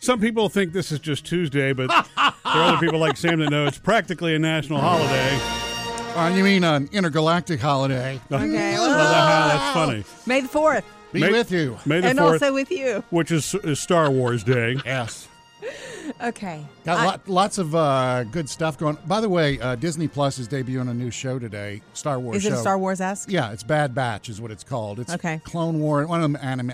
some people think this is just Tuesday, but there are other people like Sam that know it's practically a national holiday. Uh, you mean an intergalactic holiday? I love how that's funny. May the 4th. Be Uh, May- with you. May the And 4th, also with you. which is, is Star Wars Day. Yes. Okay. Got I- lot, lots of uh, good stuff going. By the way, uh, Disney Plus is debuting a new show today, Star Wars. is it a show. Star Wars esque? Yeah, it's Bad Batch is what it's called. It's Okay. Clone War. One of them anime.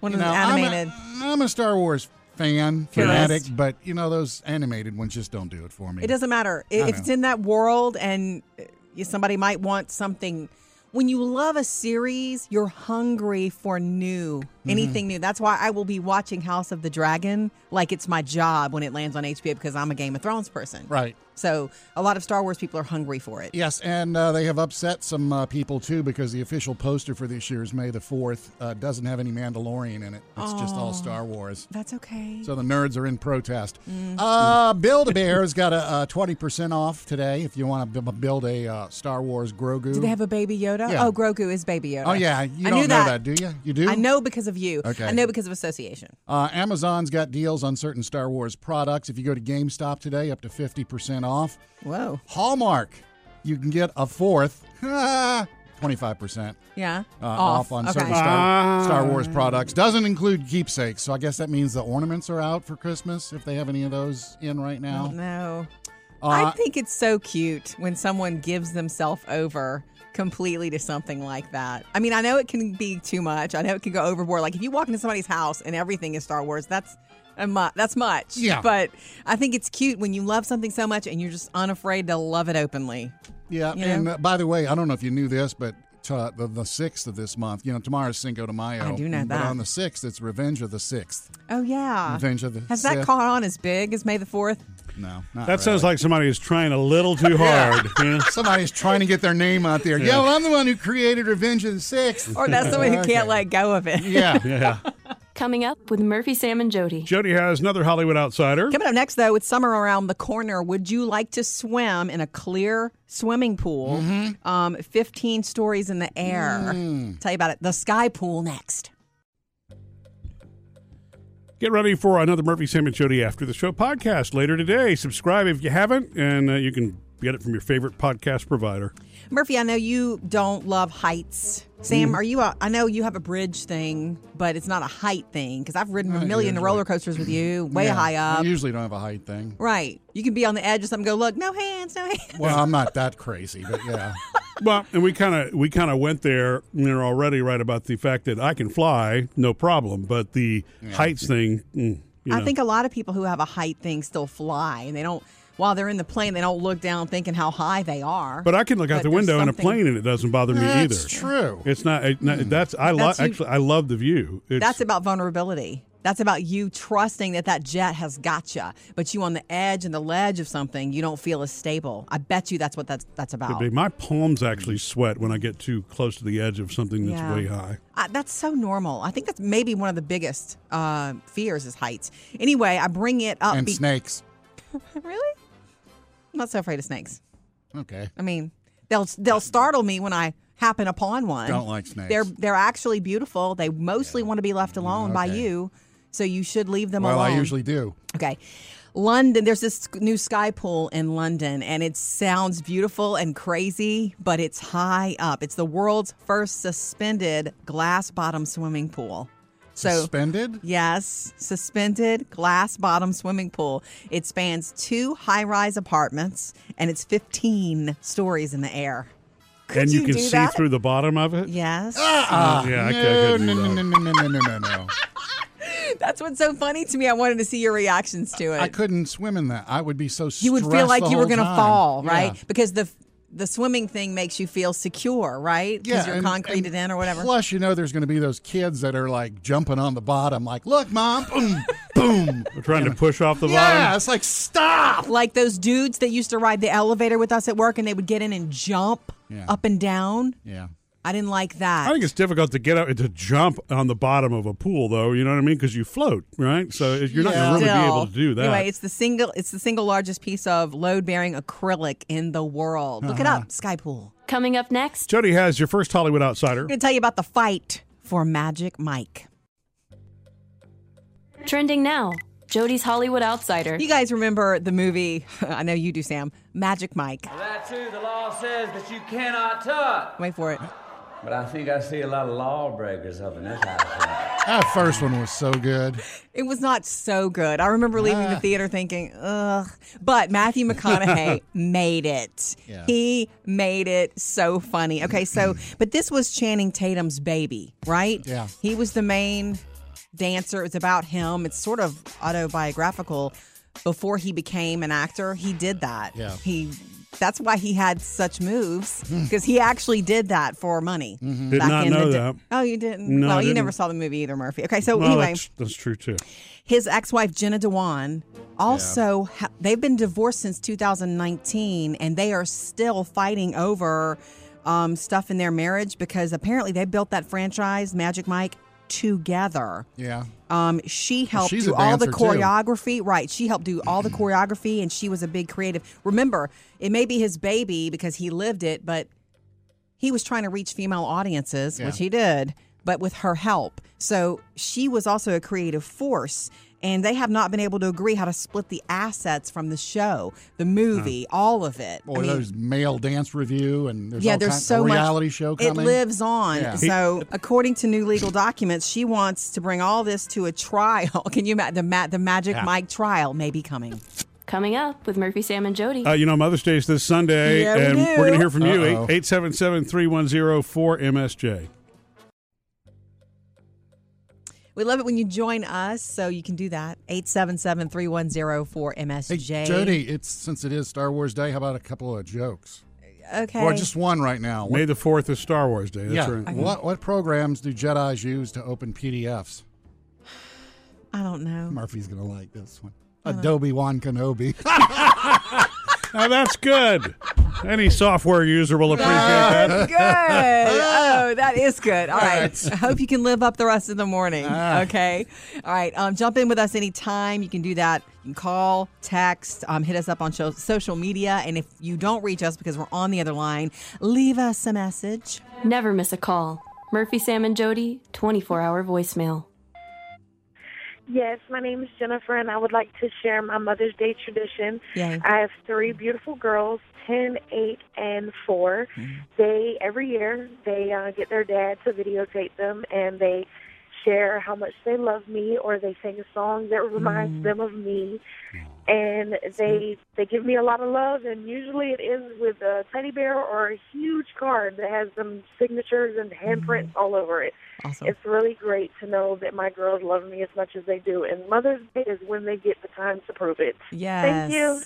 One you of them know, I'm a- animated. I'm a, Star Wars fan, Purist. fanatic, but you know those animated ones just don't do it for me. It doesn't matter. I- I If know. it's in that world and uh, you- somebody might want something. When you love a series, you're hungry for new, Mm-hmm. anything new. That's why I will be watching House of the Dragon like it's my job when it lands on HBO because I'm a Game of Thrones person. Right. So a lot of Star Wars people are hungry for it. Yes, and uh, they have upset some uh, people too because the official poster for this year's May the Fourth uh, doesn't have any Mandalorian in it. It's just all Star Wars. That's okay. So the nerds are in protest. Mm. Uh, Build a Bear's got a twenty percent off today if you want to build a uh, Star Wars Grogu. Do they have a baby Yoda? Yeah. Oh, Grogu is baby Yoda. oh yeah, you I don't knew know that. that. do you? You do. I know because of you. Okay. I know because of association. Uh, Amazon's got deals on certain Star Wars products. If you go to GameStop today, up to fifty percent off. Whoa. Hallmark, you can get a fourth, twenty-five percent. Yeah. uh, off. on certain Star, Star Wars products. Doesn't include keepsakes, so I guess that means the ornaments are out for Christmas if they have any of those in right now. No. I Uh, think it's so cute when someone gives themselves over completely to something like that. I mean, I know it can be too much. I know it can go overboard. Like if you walk into somebody's house and everything is Star Wars, that's a mu- that's much. Yeah. But I think it's cute when you love something so much and you're just unafraid to love it openly. yeah, you and know? uh, by the way, I don't know if you knew this, but t- uh, the the sixth of this month, you know, tomorrow's Cinco de Mayo. I do know but that. on the sixth, it's Revenge of the Sixth. Oh yeah. Revenge of the Has Sith. that caught on as big as May the Fourth? No, not That sounds like somebody who's trying a little too hard. you know? somebody's trying to get their name out there. Yo, I'm the one who created Revenge of the Sixth. Or that's someone who Okay. can't let go of it. yeah. Yeah. Coming up with Murphy, Sam, and Jody. Jody has another Hollywood outsider. Coming up next, though, it's summer around the corner. Would you like to swim in a clear swimming pool, Mm-hmm. um, 15 stories in the air? Mm. Tell you about it. The Sky Pool next. Get ready for another Murphy, Sam, and Jody After the Show podcast later today. Subscribe if you haven't, and uh, you can get it from your favorite podcast provider. Murphy, I know you don't love heights. Mm. Sam, are you? A, I know you have a bridge thing, but it's not a height thing because I've ridden a million usually. roller coasters with you, way Yeah. high up. I usually don't have a height thing. right. You can be on the edge of something, go look, no hands, no hands. Well, I'm not that crazy, but yeah. Well, and we kind of we kind of went there you know, already, right? About the fact that I can fly, no problem, but the heights thing. Mm, you I know. think a lot of people who have a height thing still fly, and they don't. While they're in the plane, they don't look down thinking how high they are. But I can look out But the there's window in a something- Mm. plane, and it doesn't bother me either. That's true. It's not. It, not That's I love. That's you- Actually, I love the view. It's, That's about vulnerability. That's about you trusting that that jet has gotcha, but you on the edge and the ledge of something, you don't feel as stable. I bet you that's what that's that's about. my palms actually sweat when I get too close to the edge of something that's Yeah. way high. I, that's so normal. I think that's maybe one of the biggest uh, fears is heights. Anyway, I bring it up. and be- snakes. really, I'm not so afraid of snakes. Okay. I mean, they'll they'll startle me when I happen upon one. Don't like snakes. Mm, They're they're actually beautiful. They mostly want to be left alone by okay. you, so you should leave them Well, alone. I usually do. Okay. London, there's this new sky pool in London, and it sounds beautiful and crazy, but it's high up. It's the world's first suspended glass bottom swimming pool. So, Suspended? yes, suspended glass bottom swimming pool. It spans two high rise apartments, and it's 15 stories in the air. Could and you, can do see that? through the bottom of it. Yes. Ah, Yeah, I no, can't- I no, no, couldn't no, do no, no, no, no, no, no. That's what's so funny to me. I wanted to see your reactions to it. I couldn't swim in that. I would be so stressed. you would feel like the you were whole going to time. fall, Yeah. right? Because the the swimming thing makes you feel secure, right? Yeah, Because you're and- concreted and in or whatever. Plus, you know, there's going to be those kids that are like jumping on the bottom, like, "Look, mom, boom, boom." We're trying to push off the yeah, bottom. it's like stop. like those dudes that used to ride the elevator with us at work and they would get in and jump Yeah. up and down. Yeah, I didn't like that. I think it's difficult to get out to jump on the bottom of a pool, though. You know what I mean? Because you float, right? So it- you're not Yeah. going to really be Still. able to do that. Anyway, it's the single it's the single largest piece of load bearing acrylic in the world. Look it up, Uh-huh. Skypool. Coming up next, Jody has your first Hollywood outsider. I'm going to tell you about the fight for Magic Mike. trending now Jody's Hollywood Outsider. You guys remember the movie? I know you do, Sam. Magic Mike. That too, the law says that you cannot touch. Wait for it. But I think I see a lot of lawbreakers up in this house. That first one was so good. It was not so good. I remember leaving Ah. the theater thinking, ugh. But Matthew McConaughey made it. Yeah. He made it so funny. Okay, so, but this was Channing Tatum's baby, right? Yeah. He was the main dancer. It was about him. It's sort of autobiographical. Before he became an actor, he did that. Yeah. Hmm. He. That's why he had such moves because he actually did that for money. Mm-hmm. Did back not in the know day. that. Oh, you didn't. No, I well, you didn't. never saw the movie either, Murphy. Okay, so Well, anyway, that's, that's true too. his ex-wife Jenna Dewan also ha- they've been divorced since 2019 and they are still fighting over um, stuff in their marriage because apparently they built that franchise Magic Mike together. Yeah. Um, she helped she's do a all the dancer, too. choreography. Right. She helped do all the choreography and she was a big creative. Remember, it may be his baby because he lived it, but he was trying to reach female audiences, which he did, but with her help. So she was also a creative force. And they have not been able to agree how to split the assets from the show, the movie, all of it. Hmm. Boy, there's male dance review and there's yeah, all there's kinds- so a much reality show coming. It lives on. Yeah. So, according to new legal documents, she wants to bring all this to a trial. Can you imagine the ma- the Magic Mike trial may be coming? Coming up with Murphy, Sam, and Jody. Uh, you know, Mother's Day is this Sunday, Yeah, we and do. are going to hear from you. Uh-oh. 877 310 4MSJ. We love it when you join us, so you can do that. 877-310-4MSJ. Hey, Jody, it's since it is Star Wars Day, how about a couple of jokes? Okay. Or just one right now. What, May the 4th is Star Wars Day. That's yeah. right. What what programs do Jedi's use to open PDFs? I don't know. Murphy's gonna like this one. Adobe Wan Kenobi. Now, that's good. Any software user will appreciate that. Good. oh, that is good. All right. Ah. I hope you can live up the rest of the morning. Okay. All right. Um, jump in with us anytime. You can do that. You can call, text, um, hit us up on show- social media. And if you don't reach us because we're on the other line, leave us a message. Never miss a call. Murphy, Sam, and Jody, 24 hour voicemail. Yes, my name is Jennifer, and I would like to share my Mother's Day tradition. Yay. I have three beautiful girls, ten, eight, and 4. They, every year, they uh, get their dad to videotape them, and they share how much they love me, or they sing a song that reminds them of me. And they Mm-hmm. they give me a lot of love, and usually it ends with a teddy bear or a huge card that has them signatures and handprints all over it. Mm-hmm. Awesome. It's really great to know that my girls love me as much as they do, and Mother's Day is when they get the time to prove it. Yes. Thank you.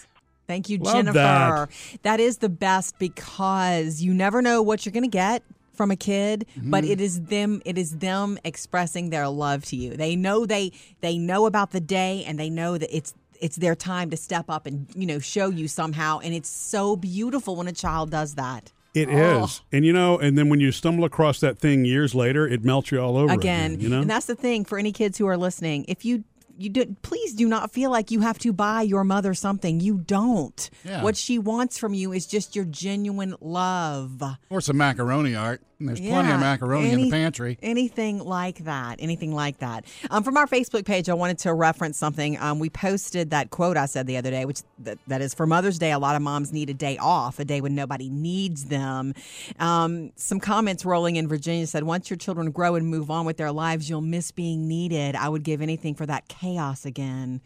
Thank you, Love Jennifer. that. that is the best because you never know what you're going to get from a kid, Mm-hmm. but it is them it is them expressing their love to you. They know they they know about the day and they know that it's it's their time to step up and you know show you somehow and it's so beautiful when a child does that. It is, Oh. And you know, and then when you stumble across that thing years later, it melts you all over again, again. you know? and that's the thing for any kids who are listening if you you do, please do not feel like you have to buy your mother something you don't Yeah. what she wants from you is just your genuine love or some macaroni art. And there's plenty of macaroni in any- the pantry. Anything like that. Anything like that. Um, from our Facebook page, I wanted to reference something. Um, we posted that quote I said the other day, which th- that is for Mother's Day. A lot of moms need a day off, a day when nobody needs them. Um, some comments rolling in Virginia said, "Once your children grow and move on with their lives, you'll miss being needed. I would give anything for that chaos again."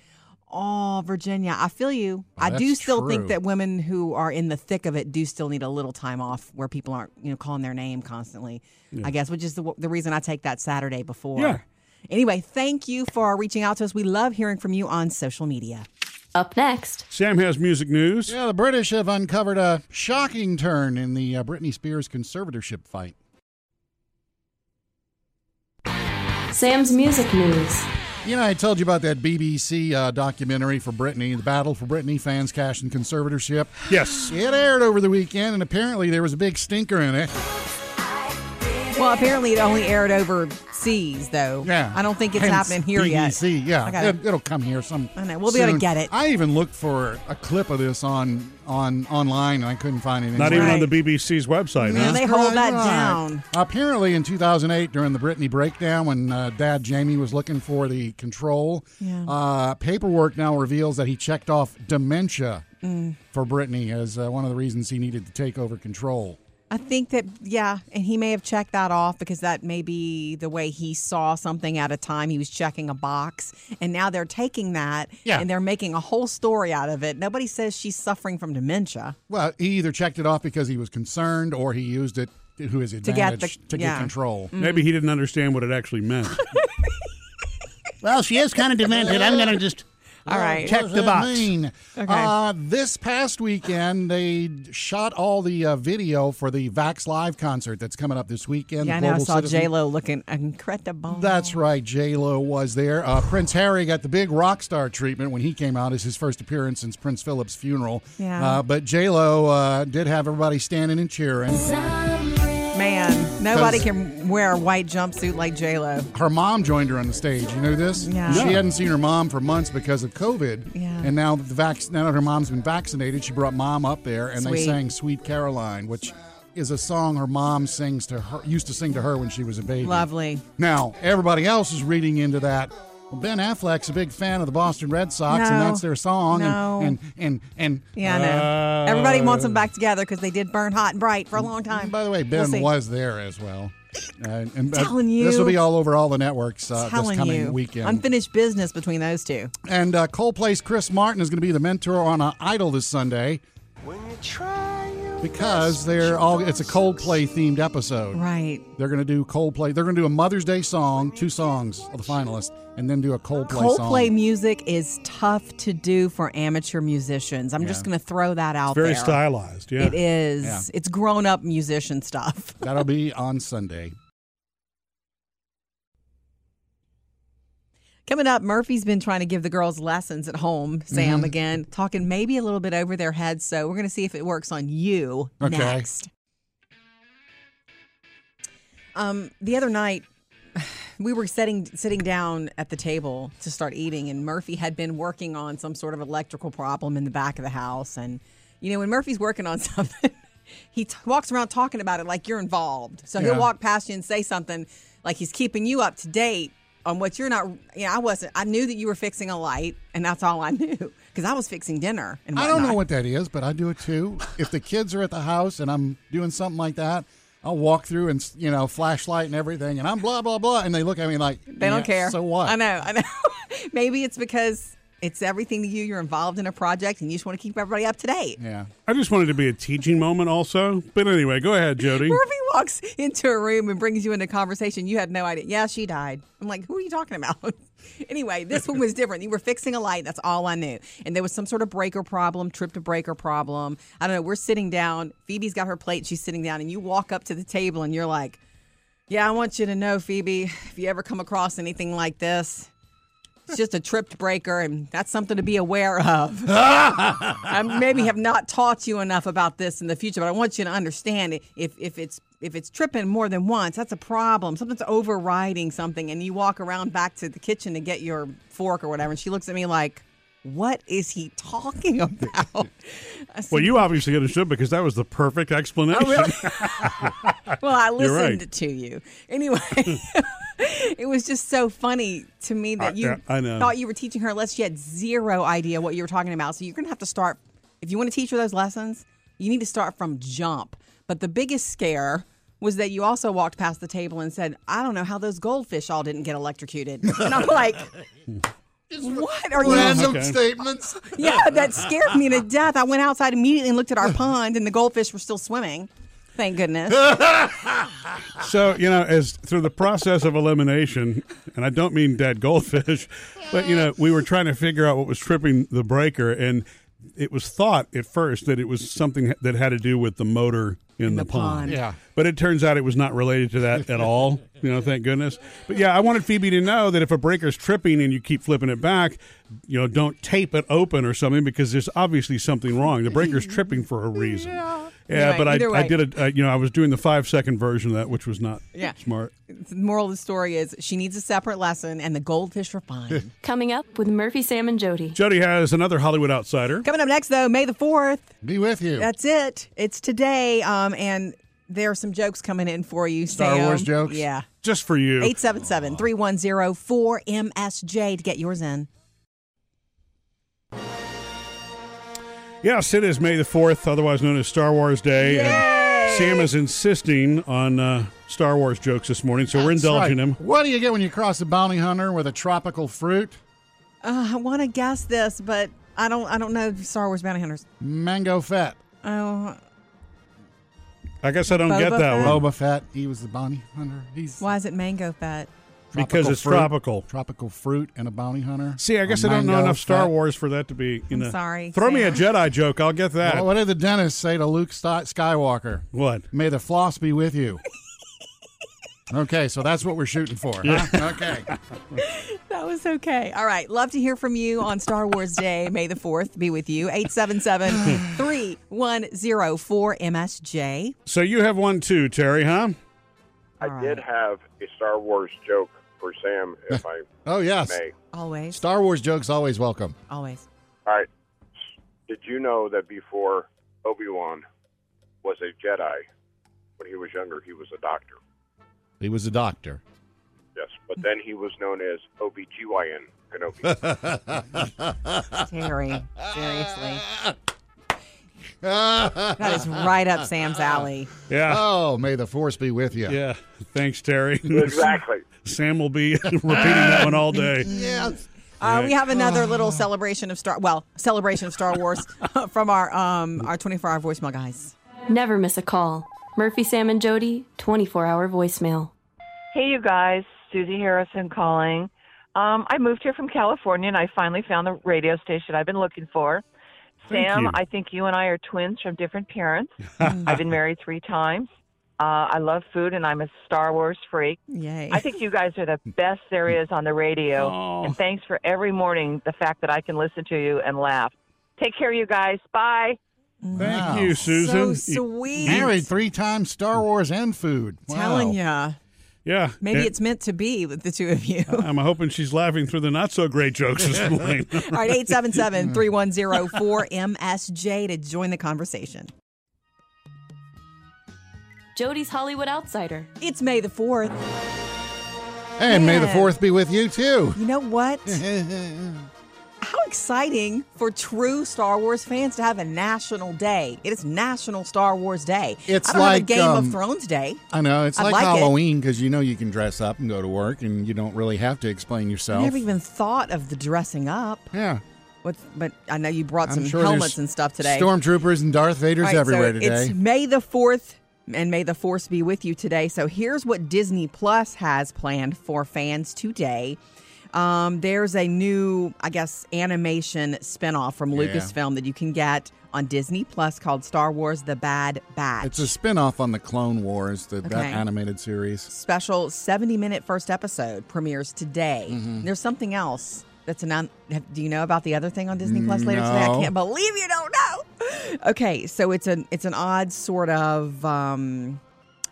Oh, Virginia, I feel you. I do Oh, that's still think true. that women who are in the thick of it do still need a little time off where people aren't you know calling their name constantly i guess which is the, the reason i take that saturday before Yeah. anyway thank you for reaching out to us we love hearing from you on social media Up next, Sam has music news. Yeah, the British have uncovered a shocking turn in the uh, Britney Spears conservatorship fight. Sam's music news. You know, I told you about that BBC uh, documentary for Britney, The Battle for Britney, Fans, Cash, and Conservatorship. Yes. It aired over the weekend, and apparently there was a big stinker in it. well Well, apparently it only aired overseas, though. Yeah. I don't think it's Hence happening here yet. BBC, E yeah. I gotta- it, will come here some. I know. We'll be able to soon. get it. I even looked for a clip of this on on online and I couldn't find it. Not anywhere. even on Right. the BBC's website, Yeah, huh? they- hold that down. Apparently, in 2008, during the Britney breakdown, when uh, Dad Jamie was looking for the control, Yeah. uh, paperwork now reveals that he checked off dementia Mm. for Britney as uh, one of the reasons he needed to take over control. I think that, yeah, and he may have checked that off because that may be the way he saw something at a time. He was checking a box, and now they're taking that Yeah. and they're making a whole story out of it. Nobody says she's suffering from dementia. Well, he either checked it off because he was concerned, or he used it to his get the- advantage to get, yeah. control. Maybe he didn't understand what it actually meant. Well, she is kind of demented. I'm going to just All right. check What does the that box. mean? Uh, this past weekend, they shot all the uh, video for the Vax Live concert that's coming up this weekend. Yeah, I the know. I Global saw Citizen- J Lo looking incredible. That's right. J Lo was there. Uh, Prince Harry got the big rock star treatment when he came out as his first appearance since Prince Philip's funeral. Yeah. Uh, but J Lo uh, did have everybody standing and cheering. man. Nobody Cause- can wear a white jumpsuit like J Lo. Her mom joined her on the stage. You know this? Yeah. She hadn't seen her mom for months because of COVID. Yeah. And now the vac- now that her mom's been vaccinated, she brought mom up there and they Sweet. sang "Sweet Caroline," which is a song her mom sings to her used to sing to her when she was a baby. Lovely. Now, everybody else is reading into that. Well, Ben Affleck's a big fan of the Boston Red Sox, and No. that's their song. No. And, and, and, and Yeah, Uh, I know. Everybody wants them back together because they did burn hot and bright for a long time. by the way, We'll Ben see. was there as well. Uh, And, and Telling This will you. be all over all the networks uh, this telling coming you, weekend. unfinished business between those two. and uh, Coldplay's Chris Martin is going to be the mentor on uh, Idol this Sunday because they're all it's a Coldplay themed episode. Right. They're going to do Coldplay. They're going to do a Mother's Day song, two songs of the finalists, and then do a Coldplay, song. Coldplay music is tough to do for amateur musicians. I'm just going to throw that out Very there. stylized, yeah. It is. It's grown up musician stuff. That'll be on Sunday. Coming up, Murphy's been trying to give the girls lessons at home, Sam, again, talking maybe a little bit over their heads. So we're going to see if it works on you Okay. next. Um, the other night, we were sitting sitting down at the table to start eating, and Murphy had been working on some sort of electrical problem in the back of the house. And you know, when Murphy's working on something, he t- walks around talking about it like you're involved. So Yeah. he'll walk past you and say something like he's keeping you up to date on what you're not. You know, I wasn't. I knew that you were fixing a light, and that's all I knew because I was fixing dinner. And I don't know whatnot. what that is, but I do it too. if the kids are at the house and I'm doing something like that, I'll walk through and you know flashlight and everything, and I'm blah blah blah, and they look at me like They don't "Yeah, care. So what? I know. I know. Maybe it's because it's everything to you. You're involved in a project, and you just want to keep everybody up to date. Yeah. I just wanted to be a teaching moment, also. But anyway, go ahead, Jody. Murphy walks into a room and brings you into conversation. You had no idea. Yeah, she died. I'm like, who are you talking about? anyway, this one was different. You were fixing a light. That's all I knew. And there was some sort of breaker problem, trip to breaker problem. I don't know. We're sitting down. Phoebe's got her plate. She's sitting down, and you walk up to the table and you're like, yeah, I want you to know, Phoebe, if you ever come across anything like this, it's just a tripped breaker, and that's something to be aware of. I maybe have not taught you enough about this in the future, but I want you to understand it. If if it's if it's tripping more than once, that's a problem. Something's overriding something, and you walk around back to the kitchen to get your fork or whatever, and she looks at me like, "What is he talking about?" I said, Well, you obviously understood because that was Oh, the perfect explanation. Well, I You're right. listened to you. Anyway, it was just so funny to me that I- you yeah, I know. thought you were teaching her a lesson. She had zero idea what you were talking about. So you're going to have to start, if you want to teach her those lessons, you need to start from jump. But the biggest scare was that you also walked past the table and said, I don't know how those goldfish all didn't get electrocuted. And I'm like, what are you Random Okay. statements. yeah, that scared me to death. I went outside immediately and looked at our pond, and the goldfish were still swimming. Thank goodness. So you know, as through the process of elimination, and I don't mean dead goldfish, but you know, we were trying to figure out what was tripping the breaker, and it was thought at first that it was something that had to do with the motor in, the, the pond. pond. Yeah. But it turns out it was not related to that at all. You know, thank goodness. But yeah, I wanted Phoebe to know that if a breaker's tripping and you keep flipping it back, you know, don't tape it open or something because there's obviously something wrong. The breaker's tripping for a reason. Yeah, Anyway, but I, either I way. did a, uh, you know, I was doing the five second version of that, which was not Yeah. smart. The moral of the story is she needs a separate lesson, and the goldfish are fine. Coming up with Murphy, Sam, and Jody. Jody has another Hollywood outsider. Coming up next, though, May the 4th. Be with you. That's it. It's today, um, and there are some jokes coming in for you, Star Sam. Wars jokes? Yeah. Just for you. 877 310 4MSJ to get yours in. Yes, it is May the 4th, otherwise known as Star Wars Day. And Sam is insisting on uh, Star Wars jokes this morning, so we're That's right. indulging him. What do you get when you cross a bounty hunter with a tropical fruit? Uh, I want to guess this, but I don't. I don't know Star Wars bounty hunters. Mango Fett. Oh, I guess I don't Boba get that Fett? one. Boba Fett. He was the bounty hunter. He's why is it mango fat? Because it's fruit. tropical. Tropical fruit and a bounty hunter. See, I A guess I don't know mango enough Star Fett. Wars for that to be. You I'm know, sorry, Throw me a Sam. Jedi joke. I'll get that. Well, what did the dentist say to Luke Sti- Skywalker? What? May the floss be with you. okay, so that's what we're shooting for. huh? Okay. That was okay. All right. Love to hear from you on Star Wars Day, May the 4th. Be with you. 877 310 4MSJ. So you have one too, Terry, huh? I All did right. have a Star Wars joke for Sam, if I Oh, yes. may. Always. Star Wars jokes always welcome. Always. All right. Did you know that before Obi Wan was a Jedi, when he was younger, he was a doctor? He was a doctor. Yes. But then he was known as OBGYN Kenobi. Terry. Seriously. That is right up Sam's alley. Yeah. Oh, may the force be with you. yeah. Thanks, Terry. exactly. Sam will be repeating that one all day. Yes. Uh, we have another little celebration of Star well, celebration of Star Wars from our um our 24 hour voicemail guys. Never miss a call. Murphy, Sam, and Jody, 24 hour voicemail. Hey, you guys. Susie Harrison calling. Um, I moved here from California, and I finally found the radio station I've been looking for. Thank Sam, you. Hmm. I think you and I are twins from different parents. I've been married three times. Uh, I love food, and I'm a Star Wars freak. Yay. I think you guys are the best there is on the radio. And thanks for every morning the fact that I can listen to you and laugh. Take care, you guys. Bye. Thank Wow. you, Susan. So sweet. Married three times, Star Wars and food. Wow. Telling ya. Yeah. Maybe And it's meant to be with the two of you. I'm hoping she's laughing through the not so great jokes this morning. All right, 877 310 4MSJ to join the conversation. Jody's Hollywood Outsider. It's May the 4th. And may the Yeah. fourth be with you too. You know what? How exciting for true Star Wars fans to have a national day. It is National Star Wars Day. It's I don't like, have a Game um, of Thrones Day. I know it's I like, like it. Halloween because you know you can dress up and go to work and you don't really have to explain I yourself. never even thought of the dressing up. yeah, What, but I know you brought some I'm sure helmets there's and stuff today. Stormtroopers and Darth Vader's All right, everywhere so today. It's May the 4th, and may the force be with you today. So here's what Disney Plus has planned for fans today. Um, there's a new, I guess, animation spinoff from Yeah. Lucasfilm that you can get on Disney Plus called Star Wars The Bad Batch. It's a spin-off on the Clone Wars, the, that Okay. animated series. special 70 minute first episode premieres today. Mm-hmm. There's something else that's an. un- have- Do you know about the other thing on Disney Plus later today? I No. can't believe you don't know. Okay, so it's an it's an odd sort of um,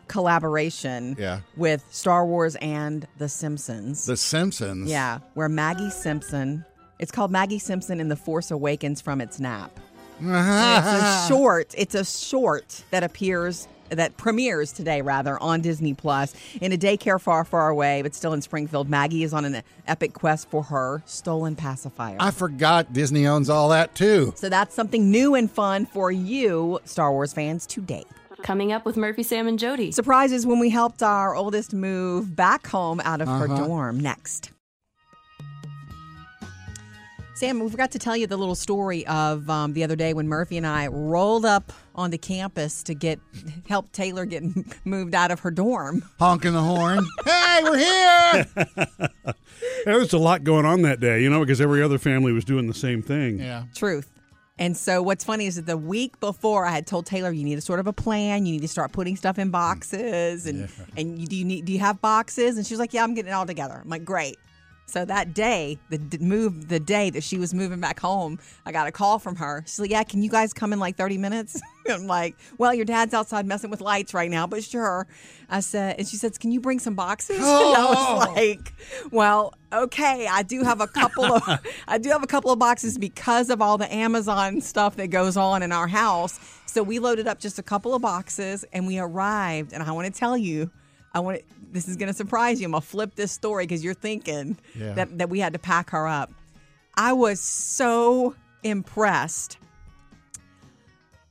collaboration Yeah. with Star Wars and The Simpsons. The Simpsons. yeah, where Maggie Simpson. It's called Maggie Simpson and the Force Awakens from its nap. It's a short. It's a short that appears that premieres today rather on Disney Plus in a daycare far far away but still in Springfield Maggie is on an epic quest for her stolen pacifier. I forgot Disney owns all that too. so that's something new and fun for you Star Wars fans today. Coming up with Murphy, Sam, and Jody. Surprises when we helped our oldest move back home out of her dorm next. Sam, we forgot to tell you the little story of um, the other day when Murphy and I rolled up onto campus to get help Taylor get moved out of her dorm. Honking the horn. hey, we're here. there was a lot going on that day, you know, because every other family was doing the same thing. yeah. Truth. And so what's funny is that the week before I had told Taylor you need a sort of a plan, you need to start putting stuff in boxes and and you, do you need do you have boxes? And she was like, "Yeah, I'm getting it all together." I'm like, "Great." So that day, the d- move, the day that she was moving back home, I got a call from her. She's like, "Yeah, can you guys come in like 30 minutes?" I'm like, "Well, your dad's outside messing with lights right now, but sure." I said, and she says, "Can you bring some boxes?" And I was like, "Well, okay, I do have a couple of, I do have a couple of boxes because of all the Amazon stuff that goes on in our house." So we loaded up just a couple of boxes, and we arrived. And I want to tell you. I want this is going to surprise you. I'm going to flip this story because you're thinking Yeah. that, that we had to pack her up. I was so impressed.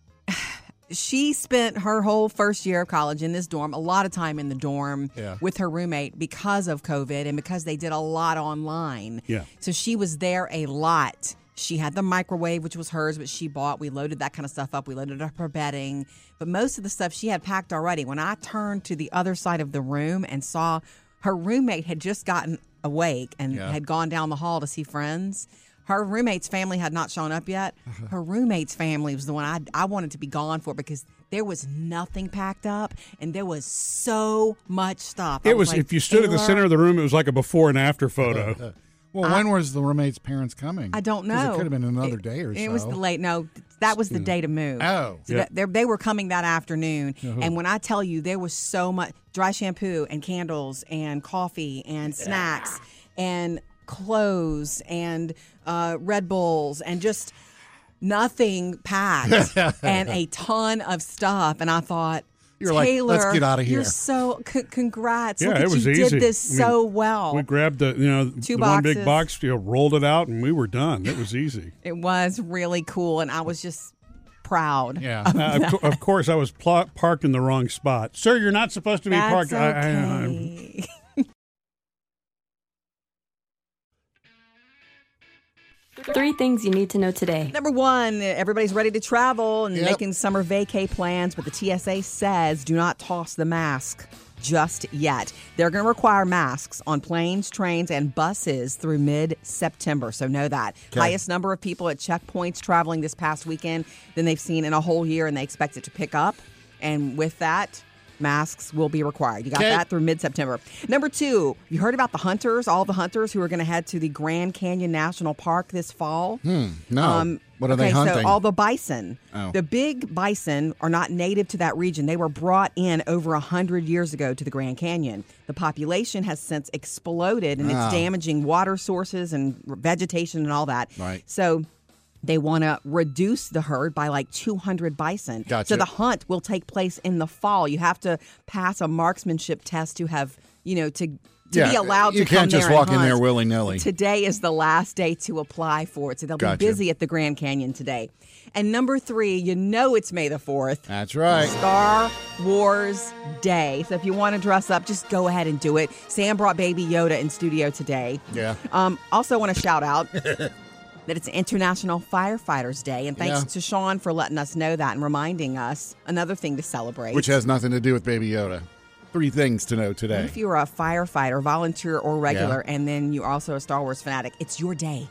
She spent her whole first year of college in this dorm, a lot of time in the dorm Yeah. with her roommate because of COVID and because they did a lot online. Yeah. So she was there a lot. She had the microwave, which was hers, but she bought. We loaded that kind of stuff up. We loaded up her bedding. But most of the stuff she had packed already. When I turned to the other side of the room and saw her roommate had just gotten awake and had gone down the hall to see friends. Her roommate's family had not shown up yet. Uh-huh. Her roommate's family was the one I, I wanted to be gone for because there was nothing packed up and there was so much stuff. I It was like, if you stood at the "Taylor, center of the room, it was like a before and after photo. Well, when was the roommate's parents coming? I don't 'Cause know. It could have been another It- day or so. It was the late. No, th- that was the day to move. Oh. Uh-huh. So that- they're- they were coming that afternoon. And when I tell you, there was so much dry shampoo and candles and coffee and snacks and clothes and uh, Red Bulls and just nothing packed and a ton of stuff. And I thought, You're like, Taylor, "Let's get outta here." You're so c- congrats. Yeah, Look at it was you easy. did this I mean, so well. We grabbed the you know Oh. Two the one big boxes. box, you know, rolled it out, and we were done. It was easy. It was really cool, and I was just proud. Yeah. of Uh, of, that. co- of course, I was pl- parked in the wrong spot, sir. You're not supposed to be That's parked. okay. I- I- I'm- Three things you need to know today. Number one, everybody's ready to travel and Yep. making summer vacay plans, but the TSA says do not toss the mask just yet. They're going to require masks on planes, trains, and buses through mid September, so know that. Highest number of people at checkpoints traveling this past weekend than they've seen in a whole year, and they expect it to pick up. And with that, masks will be required. You got Okay. that through mid September. Number two, you heard about the hunters, all the hunters who are going to head to the Grand Canyon National Park this fall. no. what are Um, okay, they hunting? Oh. So all the bison, the big bison, are not native to that region. They were brought in over a hundred years ago to the Grand Canyon. The population has since exploded, and Ah. it's damaging water sources and vegetation and all that. Right. So. They want to reduce the herd by like 200 bison. Gotcha. So the hunt will take place in the fall. You have to pass a marksmanship test to have, you know, to, to Yeah, be allowed you to come can't just there and walk in there hunt. willy-nilly. Today is the last day to apply for it. So they'll Gotcha. be busy at the Grand Canyon today. And number three, you know it's May the 4th. That's right. Star Wars Day. So if you want to dress up, just go ahead and do it. Sam brought Baby Yoda in studio today. Yeah. Um, also, want to shout out that it's International Firefighters Day. And thanks Yeah. to Sean for letting us know that and reminding us another thing to celebrate. Which has nothing to do with Baby Yoda. Three things to know today. if you're a firefighter, volunteer, or regular, and then you're also a Star Wars fanatic, it's your day.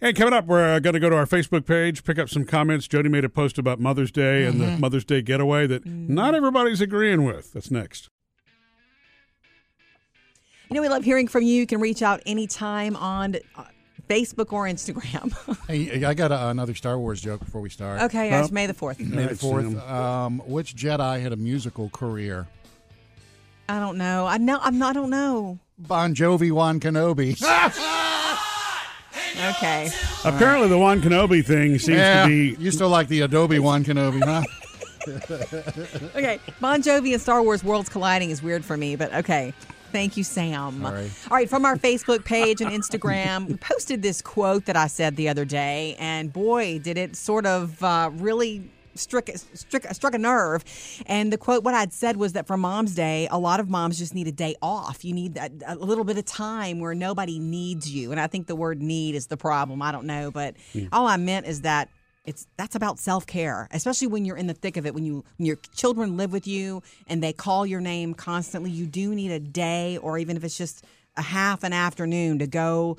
And coming up, we're going to go to our Facebook page, pick up some comments. Jody made a post about Mother's Day and Uh-huh. the Mother's Day getaway that Mm. not everybody's agreeing with. That's next. You know, we love hearing from you. You can reach out anytime on uh, Facebook or Instagram. Hey, I got a, another Star Wars joke before we start. okay, Well- it's May the 4th. May All the right, fourth. Sam. Um, which Jedi had a musical career? I don't know. I know. I'm not, I don't know. Bon Jovi, Juan Kenobi. Okay. Apparently, the Juan Kenobi thing seems yeah, to be you still like the Adobe Juan Kenobi, huh? Okay. Bon Jovi and Star Wars Worlds Colliding is weird for me, but okay. Thank you, Sam. Sorry. All right, from our Facebook page and Instagram, we posted this quote that I said the other day, and boy, did it sort of uh, really struck, struck struck a nerve. And the quote, what I'd said was that for Mom's Day, a lot of moms just need a day off. You need a, a little bit of time where nobody needs you, and I think the word "need" is the problem. I don't know, but all I meant is that. It's that's about self care, especially when you're in the thick of it. When you when your children live with you and they call your name constantly, you do need a day, or even if it's just a half an afternoon to go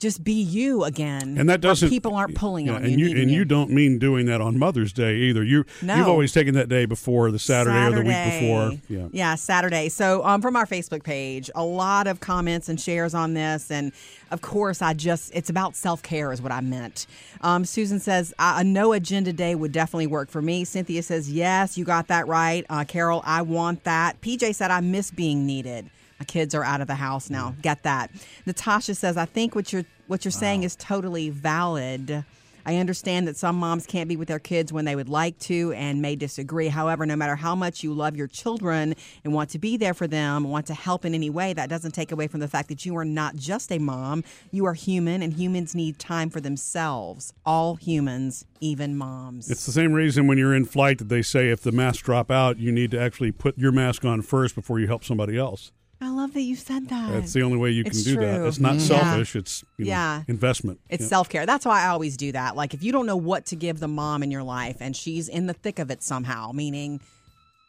just be you again. And that where doesn't people aren't pulling yeah, on and you needing and you don't mean doing that on Mother's Day either. You No. you've always taken that day before the Saturday, or the week Saturday. before. Yeah. Saturday. So um, from our Facebook page, a lot of comments and shares on this, and of course, I just it's about self care is what I meant. Um, Susan says I, a no agenda day would definitely work for me. Cynthia says yes, you got that right. Uh, Carol, I want that. PJ said I miss being needed. My kids are out of the house now. Get that. Natasha says I think what you're what you're saying is totally valid. I understand that some moms can't be with their kids when they would like to and may disagree. However, no matter how much you love your children and want to be there for them, want to help in any way, that doesn't take away from the fact that you are not just a mom. You are human, and humans need time for themselves. All humans, even moms. It's the same reason when you're in flight that they say if the masks drop out, you need to actually put your mask on first before you help somebody else. I love that you said that. That's the only way you can It's do that. true. Mm-hmm. It's not Yeah. selfish. It's you know, Yeah. investment. It's Yeah. self care. That's why I always do that. Like, if you don't know what to give the mom in your life and she's in the thick of it somehow, meaning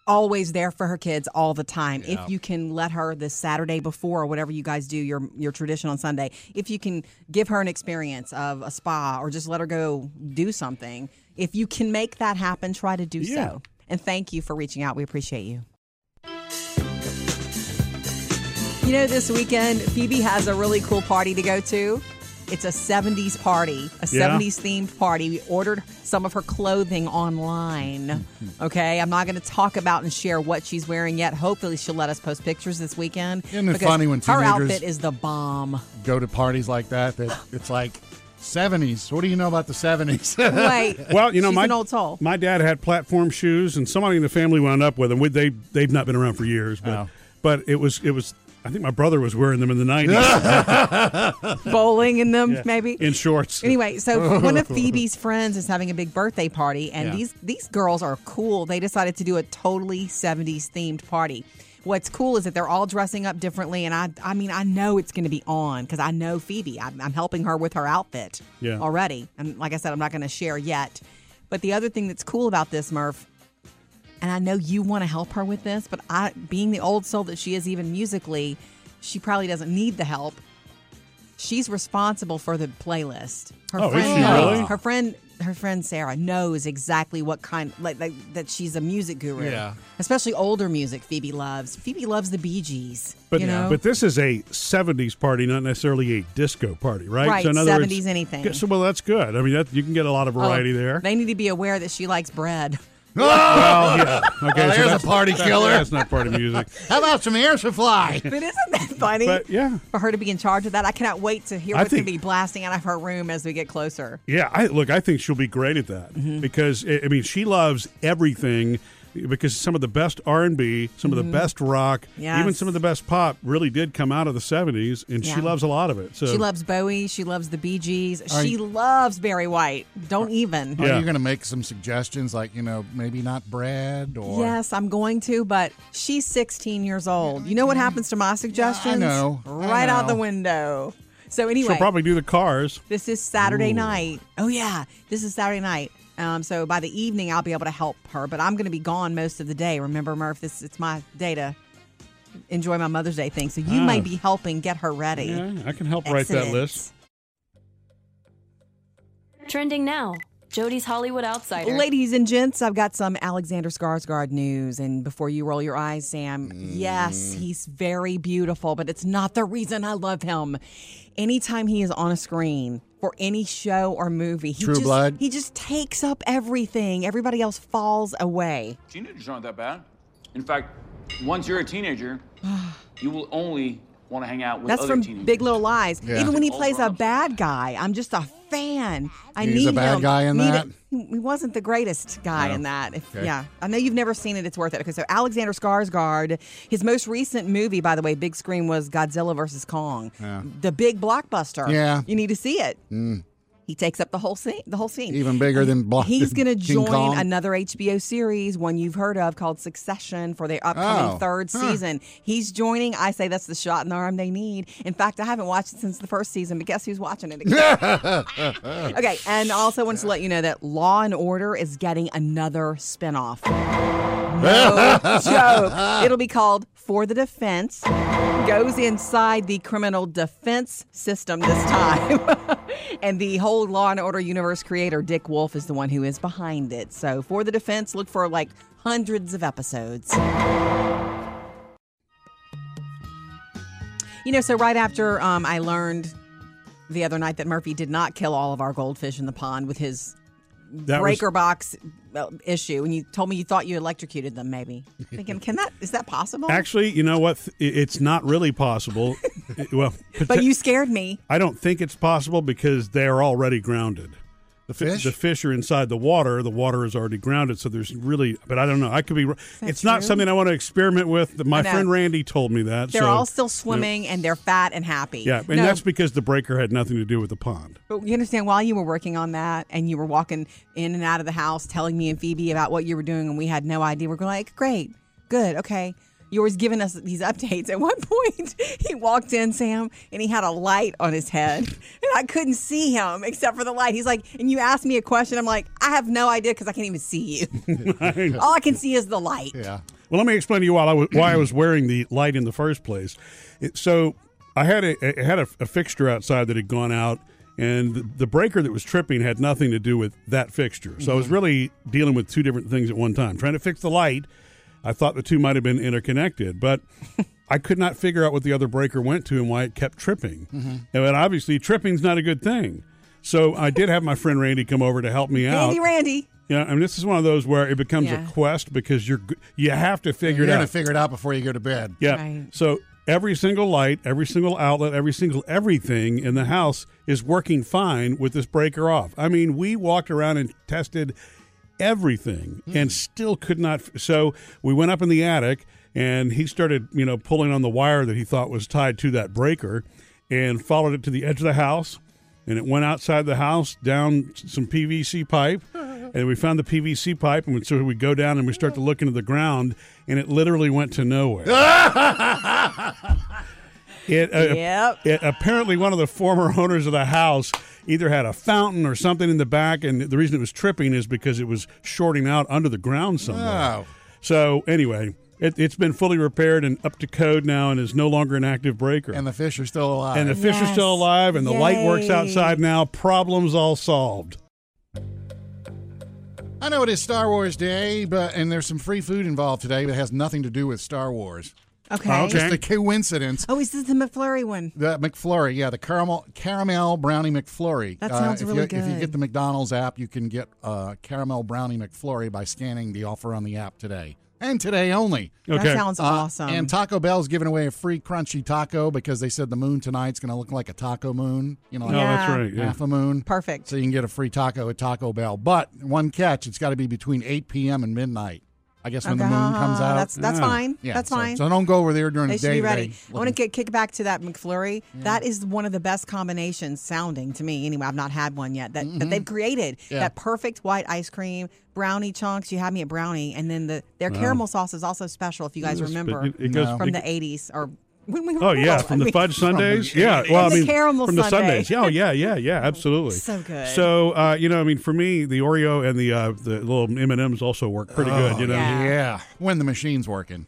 always there for her kids all the time. If you can let her this Saturday before or whatever you guys do, your your tradition on Sunday, if you can give her an experience of a spa or just let her go do something, if you can make that happen, try to do Yeah. so. And thank you for reaching out. We appreciate you. You know, this weekend, Phoebe has a really cool party to go to. It's a 70s party, a Yeah. 70s themed party. We ordered some of her clothing online. Okay, I'm not going to talk about and share what she's wearing yet. Hopefully, she'll let us post pictures this weekend. Isn't it because funny when her teenagers- outfit is the bomb? Go to parties like that. That it's like seventies. What do you know about the seventies? Wait, Well, you know, she's my an old soul. my dad had platform shoes, and somebody in the family wound up with them. We, they they've not been around for years, but Oh. but it was it was. I think my brother was wearing them in the nineties Bowling in them, maybe. in shorts. Anyway, so one of Phoebe's friends is having a big birthday party, and Yeah. these these girls are cool. They decided to do a totally '70s themed party. What's cool is that they're all dressing up differently, and I I mean I know it's going to be on because I know Phoebe. I'm, I'm helping her with her outfit Yeah. already, and like I said, I'm not going to share yet. But the other thing that's cool about this, Murph, and I know you want to help her with this, but I, being the old soul that she is, even musically, she probably doesn't need the help. She's responsible for the playlist. Her Oh, is friend she knows- really? Her friend, her friend Sarah knows exactly what kind, like, like that. She's a music guru. Yeah. especially older music. Phoebe loves. Phoebe loves the Bee Gees. But you know? but this is a '70s party, not necessarily a disco party, right? Right, in other 70s anything. good- So, well, that's good. I mean, that, you can get a lot of Oh, variety there. They need to be aware that she likes bread. well, yeah. Okay, there's a that's- party that- killer. That's not party music. How about some air supply? But isn't that funny? But, yeah. For her to be in charge of that, I cannot wait to hear I what's going think- to be blasting out of her room as we get closer. Yeah, I look. I think she'll be great at that Mm-hmm. because I I mean she loves everything because some of the best R and B, some of the best rock, even Mm-hmm. Yes. some of the best pop really did come out of the seventies, and Yeah. she loves a lot of it. So She loves Bowie. She loves the Bee Gees. Are she you- loves Barry White. Don't even. Yeah. Are you going to make some suggestions like, you know, maybe not bread or. Yes, I'm going to, but she's 16 years old. You know what happens to my suggestions? know. I Right out the know. window. So she'll anyway, probably do the cars. this is Saturday night. Oh yeah, this is Saturday night. Um, so by the evening, I'll be able to help her, but I'm going to be gone most of the day. Remember, Murph, this it's my day to enjoy my Mother's Day thing. So you Ah. may be helping get her ready. Yeah, I can help write that Excellent. list. Trending now, Jody's Hollywood Outsider. Ladies and gents, I've got some Alexander Skarsgård news. And before you roll your eyes, Sam, yes, Mm. he's very beautiful, but it's not the reason I love him. Anytime he is on a screen for any show or movie, he True just, Blood. he just takes up everything. Everybody else falls away. Teenagers aren't that bad. In fact, once you're a teenager, you will only want to hang out with That's other from teenagers. Big Little Lies. Yeah. Even when he All plays a grown-ups. bad guy, I'm just a fan. I He's need a bad him. guy in Need that? it. He he wasn't the greatest guy in that. If- Okay. Yeah, I know you've never seen it. It's worth it. Okay, so Alexander Skarsgård, his most recent movie, by the way, big screen was Godzilla versus Kong, the big blockbuster. Yeah. Mm. you need to see it. He takes up the whole scene. The whole scene. Even bigger than Blo- He's going to King join Kong? another HBO series, one you've heard of, called Succession, for their upcoming Oh, third huh. season. He's joining. I say that's the shot in the arm they need. In fact, I haven't watched it since the first season, but guess who's watching it again? okay, and also wanted to let you know that Law and Order is getting another spinoff. No joke. It'll be called For the Defense. Goes inside the criminal defense system this time. and the whole Law and Order universe creator, Dick Wolf, is the one who is behind it. So, For the Defense, look for like hundreds of episodes. You know, so right after um, I learned the other night that Murphy did not kill all of our goldfish in the pond with his That was- breaker box uh, issue, and you told me you thought you electrocuted them, maybe. Thinking, can that is that possible? Actually, you know what? It- It's not really possible. It- well, but you scared me. I don't think it's possible because they're already grounded. The fi- Fish? the fish are inside the water. The water is already grounded, so there's really. But I don't know. I could be. wrong. that It's not true? something I want to experiment with. My No. friend Randy told me that. They're so, all still you know, swimming and they're fat and happy. yeah, and No, that's because the breaker had nothing to do with the pond. But you understand, while you were working on that and you were walking in and out of the house telling me and Phoebe about what you were doing, and we had no idea, we're going like, great, good, okay. You always giving us these updates. At one point, he walked in, Sam, and he had a light on his head, and I couldn't see him except for the light. He's like, and you asked me a question. I'm like, I have no idea because I can't even see you. All I can see is the light. Yeah. Well, let me explain to you why I was, why I was wearing the light in the first place. It, so I had a I had a, a fixture outside that had gone out, and the, the breaker that was tripping had nothing to do with that fixture. So I was really dealing with two different things at one time. Trying to fix the light, I thought the two might have been interconnected, but. I could not figure out what the other breaker went to and why it kept tripping. And but obviously, tripping's not a good thing. So I did have my friend Randy come over to help me out. Andy Randy. Yeah, I mean, this is one of those where it becomes Yeah. a quest because you're g- you have to figure You're it going to out. figure it out before you go to bed. yeah. Right. So every single light, every single outlet, every single everything in the house is working fine with this breaker off. I mean, we walked around and tested everything and still could not. f- So we went up in the attic and he started, you know, pulling on the wire that he thought was tied to that breaker and followed it to the edge of the house. And it went outside the house down s- some PVC pipe. And we found the PVC pipe. And we- so we go down and we start to look into the ground. And it literally went to nowhere. It, uh, Yep. it- apparently one of the former owners of the house either had a fountain or something in the back, and the reason it was tripping is because it was shorting out under the ground somewhere. Oh. So anyway, it, it's been fully repaired and up to code now, and is no longer an active breaker. And the fish are still alive. And the fish are still Yes. alive, and the light works Yay. outside now. Problems all solved. I know it is Star Wars Day, but and there's some free food involved today, but it has nothing to do with Star Wars. Okay. Okay. Just a coincidence. Oh, is this the McFlurry one? The McFlurry, yeah, the caramel caramel brownie McFlurry. Uh, That sounds if really you, If you good. get the McDonald's app, you can get uh, caramel brownie McFlurry by scanning the offer on the app today and today only. Okay. That sounds Uh, awesome. And Taco Bell's giving away a free crunchy taco because they said the moon tonight's going to look like a taco moon. You know, Oh, like that's Yeah. right. Yeah. half a moon. Perfect. So you can get a free taco at Taco Bell. But one catch, it's got to be between 8 p.m. and midnight. I guess when the moon comes out. Ah, That's that's Yeah. fine. yeah, that's so- fine. So, don't go over there during they the day. should be ready. today I want to get kick back to that McFlurry. That is one of the best combinations sounding to me. Anyway, I've not had one yet that, that they've created. Mm-hmm. Yeah. That perfect white ice cream, brownie chunks. You had me at brownie, and then the their caramel sauce is also special. If you guys remember It- it goes- from it- the '80s or when we were Oh yeah, little, from I the mean- fudge sundaes. Yeah, well, I The mean, caramel from the sundae. sundaes. Yeah, oh, yeah, yeah, yeah, absolutely. So good. So uh, you know, I mean, for me, the Oreo and the uh, the little M and M's also work pretty good. You know, Oh, yeah. Yeah, when the machine's working.